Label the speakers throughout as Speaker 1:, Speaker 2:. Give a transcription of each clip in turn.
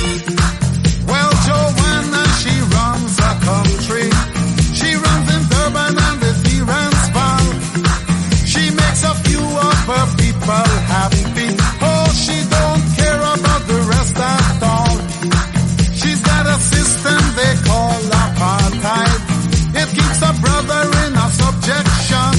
Speaker 1: Well, Joanna, she runs her country. She runs in Durban and the Deerans Ball. She makes a few of her people happy. Oh, she don't care about the rest at all. She's got a system they call apartheid. It keeps a brother in a subjection.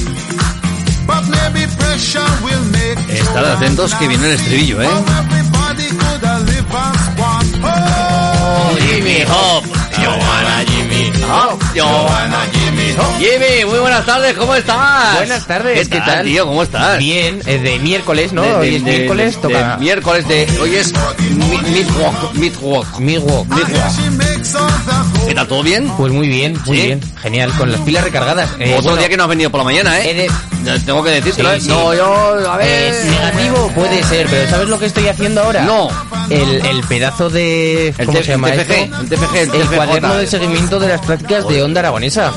Speaker 1: But maybe pressure will make
Speaker 2: Estad atentos que viene el estribillo, ¿eh?
Speaker 1: everybody could have lived as one. Oh,
Speaker 2: Jimmy Hop. Johanna Jimmy Hop. Johanna Jimmy Hop. Jimmy, muy buenas tardes, ¿cómo estás?
Speaker 3: Buenas tardes,
Speaker 2: ¿Qué,
Speaker 3: ¿qué
Speaker 2: tal,
Speaker 3: tal?
Speaker 2: tío? ¿Cómo estás?
Speaker 3: Bien, eh, de miércoles, ¿no?
Speaker 2: De- de-
Speaker 3: Hoy es
Speaker 2: de-
Speaker 3: miércoles,
Speaker 2: de-
Speaker 3: toca...
Speaker 2: de miércoles de... Hoy es mi- Midwalk. Midwalk. Midwalk. Midwalk.
Speaker 1: She makes all the whole
Speaker 2: ¿Qué tal? ¿Todo bien?
Speaker 3: Pues muy bien, muy
Speaker 2: ¿Sí?
Speaker 3: bien. Genial, con las pilas recargadas. Eh,
Speaker 2: Otro
Speaker 3: bueno,
Speaker 2: día que no has venido por la mañana, ¿eh?
Speaker 3: he de-
Speaker 2: Ya Tengo que decírtelo,
Speaker 3: Sí,
Speaker 2: ¿eh?
Speaker 3: sí.
Speaker 2: No, yo... A ver...
Speaker 3: eh, negativo puede ser, pero ¿sabes lo que estoy haciendo ahora?
Speaker 2: No.
Speaker 3: El, el pedazo de...
Speaker 2: El
Speaker 3: ¿Cómo
Speaker 2: T-
Speaker 3: se llama
Speaker 2: el TFG,
Speaker 3: esto?
Speaker 2: el TFG, el TFJ.
Speaker 3: cuaderno de seguimiento de las prácticas de Onda Aragonesa.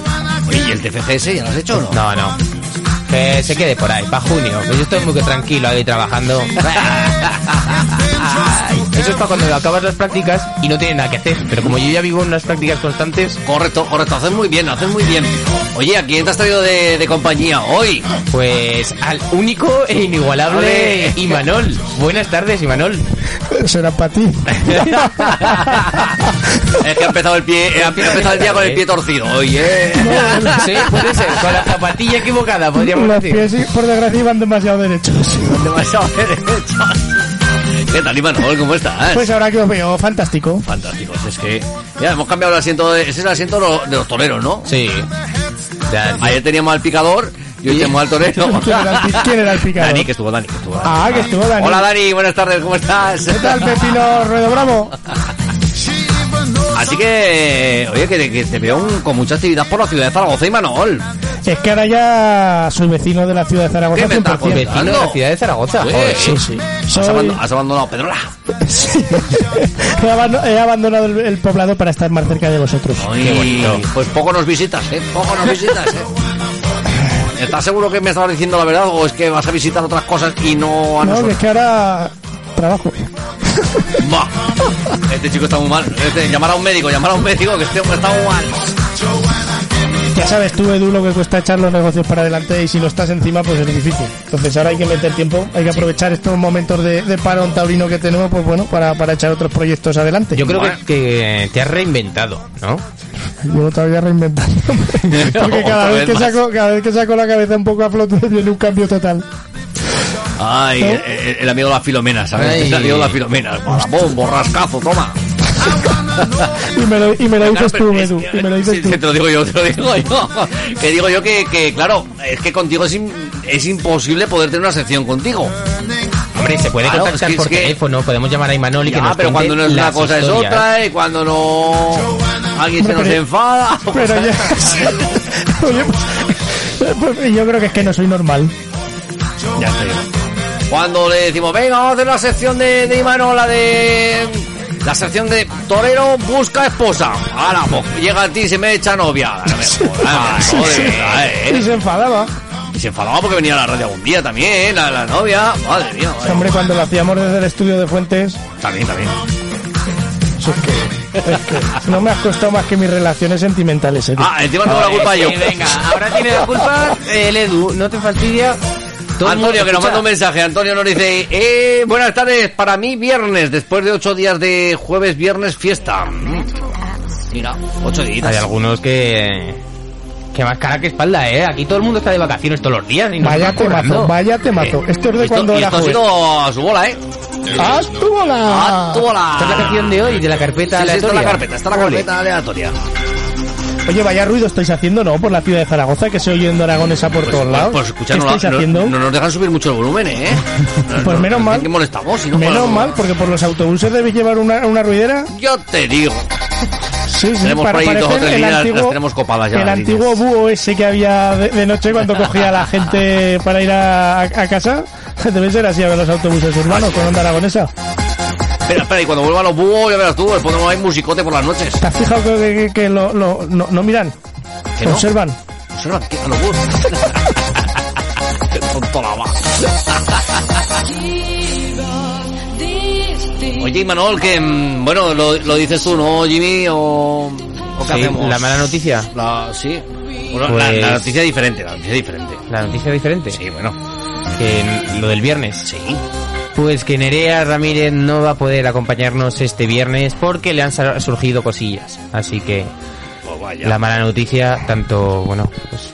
Speaker 2: Oye, ¿y el TFGS ya lo has hecho o no?
Speaker 3: No, no. Que se quede por ahí, para junio. Que yo estoy muy que tranquilo ahí trabajando. Ay, Eso es para cuando acabas las prácticas y no tienes nada que hacer. Pero como yo ya vivo en unas prácticas constantes,
Speaker 2: Correcto, correcto. Haces muy bien, haces muy bien. Oye, ¿a quién te has traído de, de compañía hoy?
Speaker 3: pues al único e inigualable
Speaker 2: Ole.
Speaker 3: Imanol. Buenas tardes, Imanol.
Speaker 4: Será para ti.
Speaker 2: Es que ha empezado el pie, ha empezado el día con el pie torcido. Oye.
Speaker 3: Sí, puede ser. Con la zapatilla equivocada, pues. podríamos
Speaker 4: Los
Speaker 3: decir.
Speaker 4: pies, por desgracia, iban demasiado derechos.
Speaker 2: Demasiado derechos. ¿Qué tal, Imanol? ¿Cómo estás?
Speaker 4: Pues ahora que os veo, fantástico.
Speaker 2: Fantásticos, es que... Ya, hemos cambiado el asiento, de- ese es el asiento de los- de los toreros, ¿no?
Speaker 3: Sí. Ya,
Speaker 2: Ayer teníamos al picador y hoy tenemos al torero.
Speaker 4: ¿Quién era el, pi- quién era el picador?
Speaker 2: Dani, que estuvo, Dani, que estuvo.
Speaker 4: Ah, que estuvo Dani.
Speaker 2: Hola, Dani, buenas tardes, ¿cómo estás?
Speaker 4: ¿Qué tal, Pepino Ruedo Bravo?
Speaker 2: Así que, oye, que, que te veo un- con mucha actividad por la ciudad de Zaragoza y Manol.
Speaker 4: Es que ahora ya soy vecino de la ciudad de
Speaker 2: ¿Qué
Speaker 4: Zaragoza
Speaker 2: me estás
Speaker 4: 100%.
Speaker 3: Vecino de la ciudad de Zaragoza. Joder.
Speaker 4: Sí, sí.
Speaker 2: Has,
Speaker 4: Soy-
Speaker 2: abandonado, has abandonado Pedrola.
Speaker 4: he abando- he abandonado el, el poblado para estar más cerca de vosotros.
Speaker 2: Ay, Pues poco nos visitas, ¿eh? Poco nos visitas, ¿eh? ¿Estás seguro que me estabas diciendo la verdad o es que vas a visitar otras cosas y no a
Speaker 4: No, que
Speaker 2: nosotros?
Speaker 4: es que ahora trabajo.
Speaker 2: Bah. Este chico está muy mal. Este, llamar a un médico, llamar a un médico, que este hombre está muy mal.
Speaker 4: Ya sabes tú, Edu, lo que cuesta echar los negocios para adelante y si lo estás encima, pues es difícil. Entonces ahora hay que meter tiempo, hay que aprovechar estos momentos de, de parón taurino que tenemos, pues bueno, para, para echar otros proyectos adelante.
Speaker 3: Yo creo que, que te has reinventado, ¿no?
Speaker 4: Yo todavía reinventando. Porque
Speaker 2: Otra
Speaker 4: cada vez,
Speaker 2: vez
Speaker 4: que
Speaker 2: más.
Speaker 4: saco, cada vez que saco la cabeza un poco a flote viene un cambio total.
Speaker 2: Ay,
Speaker 4: ¿Eh?
Speaker 2: el, el- el amigo de la Filomena, ¿sabes?
Speaker 3: Ay.
Speaker 2: El amigo de la Filomena. Bom, borrascazo, toma.
Speaker 4: Y me lo, y me lo dices
Speaker 2: Claro,
Speaker 4: tú,
Speaker 2: pero es-
Speaker 4: Edu. Y me lo
Speaker 2: sí,
Speaker 4: dices tú.
Speaker 2: sí, te lo digo yo, te lo digo yo. Que digo yo que, que, claro, es que contigo es, im- es imposible poder tener una sección contigo.
Speaker 3: Hombre, se puede
Speaker 2: Claro,
Speaker 3: contactar
Speaker 2: es que-
Speaker 3: por
Speaker 2: es que-
Speaker 3: teléfono, podemos llamar a Imanol y que
Speaker 2: Ya,
Speaker 3: nos
Speaker 2: pero
Speaker 3: cuente
Speaker 2: cuando no es una
Speaker 3: las
Speaker 2: cosa es
Speaker 3: historias.
Speaker 2: otra, y cuando no... Alguien se
Speaker 4: Hombre,
Speaker 2: nos
Speaker 4: pero-
Speaker 2: enfada. pues o
Speaker 4: Pero
Speaker 2: cosas-
Speaker 4: ya. Oye, pues- pues yo creo que es que no soy normal.
Speaker 2: Ya te digo. Cuando le decimos, venga, vamos a hacer la sección de, de Imanola de. La sección de Torero busca esposa. Ahora, pues, llega a ti y se me echa novia. Ahora, me jodas, ah, joder,
Speaker 4: Y
Speaker 2: eh.
Speaker 4: se enfadaba.
Speaker 2: Y se enfadaba porque venía a la radio algún día también, eh, la, la novia. Madre mía, madre mía.
Speaker 4: Hombre, cuando lo hacíamos desde el estudio de Fuentes,
Speaker 2: También, también.
Speaker 4: eso es que, es que no me has costado más que mis relaciones sentimentales, Edu.
Speaker 2: Ah, encima tengo la culpa
Speaker 3: Eh,
Speaker 2: yo.
Speaker 3: Venga, ahora tiene la culpa el Edu, no te fastidia. todo el mundo-
Speaker 2: Antonio, que nos
Speaker 3: escucha,
Speaker 2: manda un mensaje. Antonio nos dice, eh, buenas tardes, para mí viernes, después de ocho días de jueves, viernes, fiesta. Mm. Mira, ocho días.
Speaker 3: Hay algunos que. Que más cara que espalda, ¿eh? Aquí todo el mundo está de vacaciones todos los días. Y nos
Speaker 4: Vaya
Speaker 3: están
Speaker 4: te mato,
Speaker 3: currando.
Speaker 4: vaya te mato. Esto es de
Speaker 2: Eh, Esto-
Speaker 4: cuando
Speaker 2: y
Speaker 4: era
Speaker 2: esto ha
Speaker 4: joven.
Speaker 2: sido a su bola, ¿eh?
Speaker 4: ¡Ah, tú, hola!
Speaker 2: ¡Atola!
Speaker 3: Esta es la canción de hoy, de la carpeta
Speaker 2: Sí, sí, está
Speaker 3: aleatoria.
Speaker 2: la carpeta, está la
Speaker 3: Ole.
Speaker 2: carpeta aleatoria.
Speaker 4: Oye, vaya ruido estáis haciendo, ¿no? Por la ciudad de Zaragoza, que se oye en aragonesa por todos lados.
Speaker 2: Pues escucha,
Speaker 4: ¿Qué
Speaker 2: no, la-
Speaker 4: estáis
Speaker 2: no-
Speaker 4: haciendo?
Speaker 2: no nos dejan subir mucho el volumen, ¿eh? No-
Speaker 4: Pues
Speaker 2: no-
Speaker 4: menos mal.
Speaker 2: Que molestamos, si no,
Speaker 4: Menos
Speaker 2: bueno,
Speaker 4: mal, pues. porque por los autobuses debéis llevar una, una ruidera.
Speaker 2: Yo te digo.
Speaker 4: Sí, sí,
Speaker 2: Tenemos
Speaker 4: para
Speaker 2: por ahí dos o
Speaker 4: parecer
Speaker 2: tres
Speaker 4: el
Speaker 2: líneas,
Speaker 4: antiguo,
Speaker 2: las tenemos copadas ya
Speaker 4: El
Speaker 2: las líneas.
Speaker 4: antiguo búho ese que había de, de noche cuando cogía a la gente para ir a, a casa. Debe ser así a ver los autobuses urbanos con onda aragonesa.
Speaker 2: Espera, espera, y cuando vuelvan los búhos, ya verás tú, les ponemos ahí musicote por las noches.
Speaker 4: ¿Te has fijado que, que- que lo, lo- no, no miran?
Speaker 2: ¿Que no?
Speaker 4: Observan.
Speaker 2: Observa, que a los búhos. Qué tonto la va. Oye, y Manol, que, mm, bueno, lo, lo dices tú, ¿no, Jimmy? ¿O, o qué
Speaker 3: Sí,
Speaker 2: hacemos?
Speaker 3: la mala noticia.
Speaker 2: La, sí. Bueno, la,
Speaker 3: Pues-
Speaker 2: la noticia diferente, la noticia diferente.
Speaker 3: La noticia diferente.
Speaker 2: Sí, bueno.
Speaker 3: Que en- lo del viernes.
Speaker 2: Sí.
Speaker 3: Pues que Nerea Ramírez no va a poder acompañarnos este viernes porque le han sal- surgido cosillas. Así que
Speaker 2: Pues vaya.
Speaker 3: la mala noticia, tanto, bueno, pues...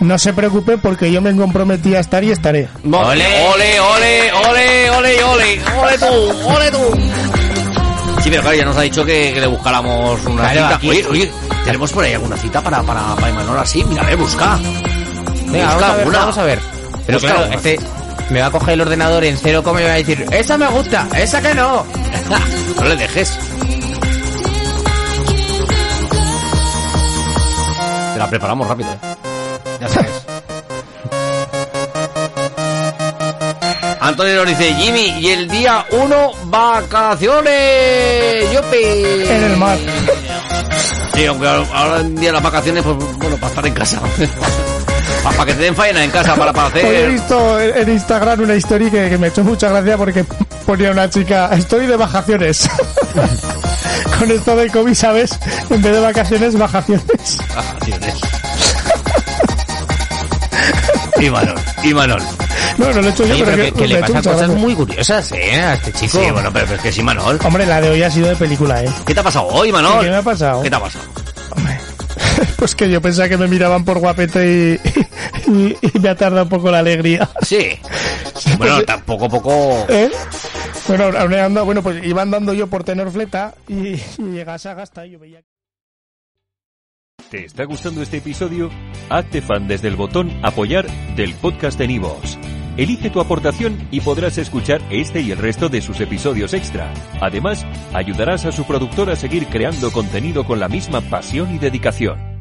Speaker 4: No se preocupe porque yo me comprometí a estar y estaré.
Speaker 2: Mo-
Speaker 3: Ole.
Speaker 2: ole, ole, ole, ole, ole, ole tú, ole tú. Sí, pero claro, ya nos ha dicho que, que le buscáramos una
Speaker 3: Claro,
Speaker 2: cita.
Speaker 3: aquí-
Speaker 2: Oye, oye, tenemos por ahí alguna cita para, para, para Imanol así. Mira, a ver, busca.
Speaker 3: Venga, vamos
Speaker 2: Busca
Speaker 3: a ver,
Speaker 2: una.
Speaker 3: vamos a ver. Pero
Speaker 2: Busca
Speaker 3: claro,
Speaker 2: una.
Speaker 3: este me va a coger el ordenador en cero coma y me va a decir, esa me gusta, esa que no.
Speaker 2: no le dejes. Te la preparamos rápido, ¿eh? Ya sabes. Antonio nos dice, Jimmy, y el día 1, vacaciones. ¡Yupi!
Speaker 4: En el mar.
Speaker 2: Sí, aunque ahora- ahora en día las vacaciones, pues bueno, para estar en casa. para, que te den faena en casa, para, para
Speaker 4: Hoy he
Speaker 2: hacer...
Speaker 4: visto en Instagram una historia que, que me echó mucha gracia porque ponía una chica, estoy de vacaciones. Con esto de COVID, ¿sabes? En vez de vacaciones, vacaciones.
Speaker 2: vacaciones. y Manol, y Manol.
Speaker 4: No, no lo he hecho yo,
Speaker 3: Oye, pero
Speaker 4: pero, que,
Speaker 3: que, que
Speaker 4: me
Speaker 3: le
Speaker 4: ha hecho
Speaker 3: pasan
Speaker 4: mucha
Speaker 3: cosas
Speaker 4: gracia.
Speaker 3: muy curiosas, eh, a este chico.
Speaker 2: Sí, bueno, pero, pero es que sí, Manol.
Speaker 4: Hombre, la de hoy ha sido de película, ¿eh?
Speaker 2: ¿Qué te ha pasado hoy, Manol?
Speaker 4: ¿Qué me ha pasado?
Speaker 2: ¿Qué te ha pasado?
Speaker 4: Pues que yo pensaba que me miraban por guapete y, y- y me ha tardado un poco la alegría.
Speaker 2: Sí. Bueno, tampoco poco.
Speaker 4: ¿Eh? Bueno, habré andado- bueno, pues iba andando yo por Tenorfleta y, y llegas a Gasta y yo veía...
Speaker 5: ¿Te está gustando este episodio? Hazte fan desde el botón Apoyar del podcast de Nivos. Elige tu aportación y podrás escuchar este y el resto de sus episodios extra. Además, ayudarás a su productor a seguir creando contenido con la misma pasión y dedicación.